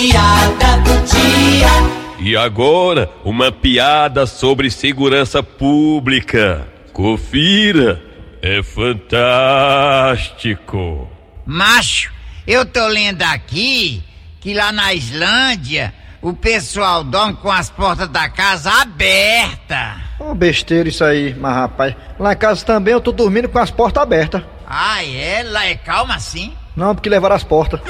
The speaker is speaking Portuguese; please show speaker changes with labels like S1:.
S1: piada do dia.
S2: E agora, uma piada sobre segurança pública. Confira, é fantástico.
S3: Macho, eu tô lendo aqui que lá na Islândia o pessoal dorme com as portas da casa abertas.
S4: Ô, besteira isso aí, mas rapaz. Lá em casa também eu tô dormindo com as portas abertas.
S3: Ah, é? Lá é calma assim?
S4: Não, porque levaram as portas.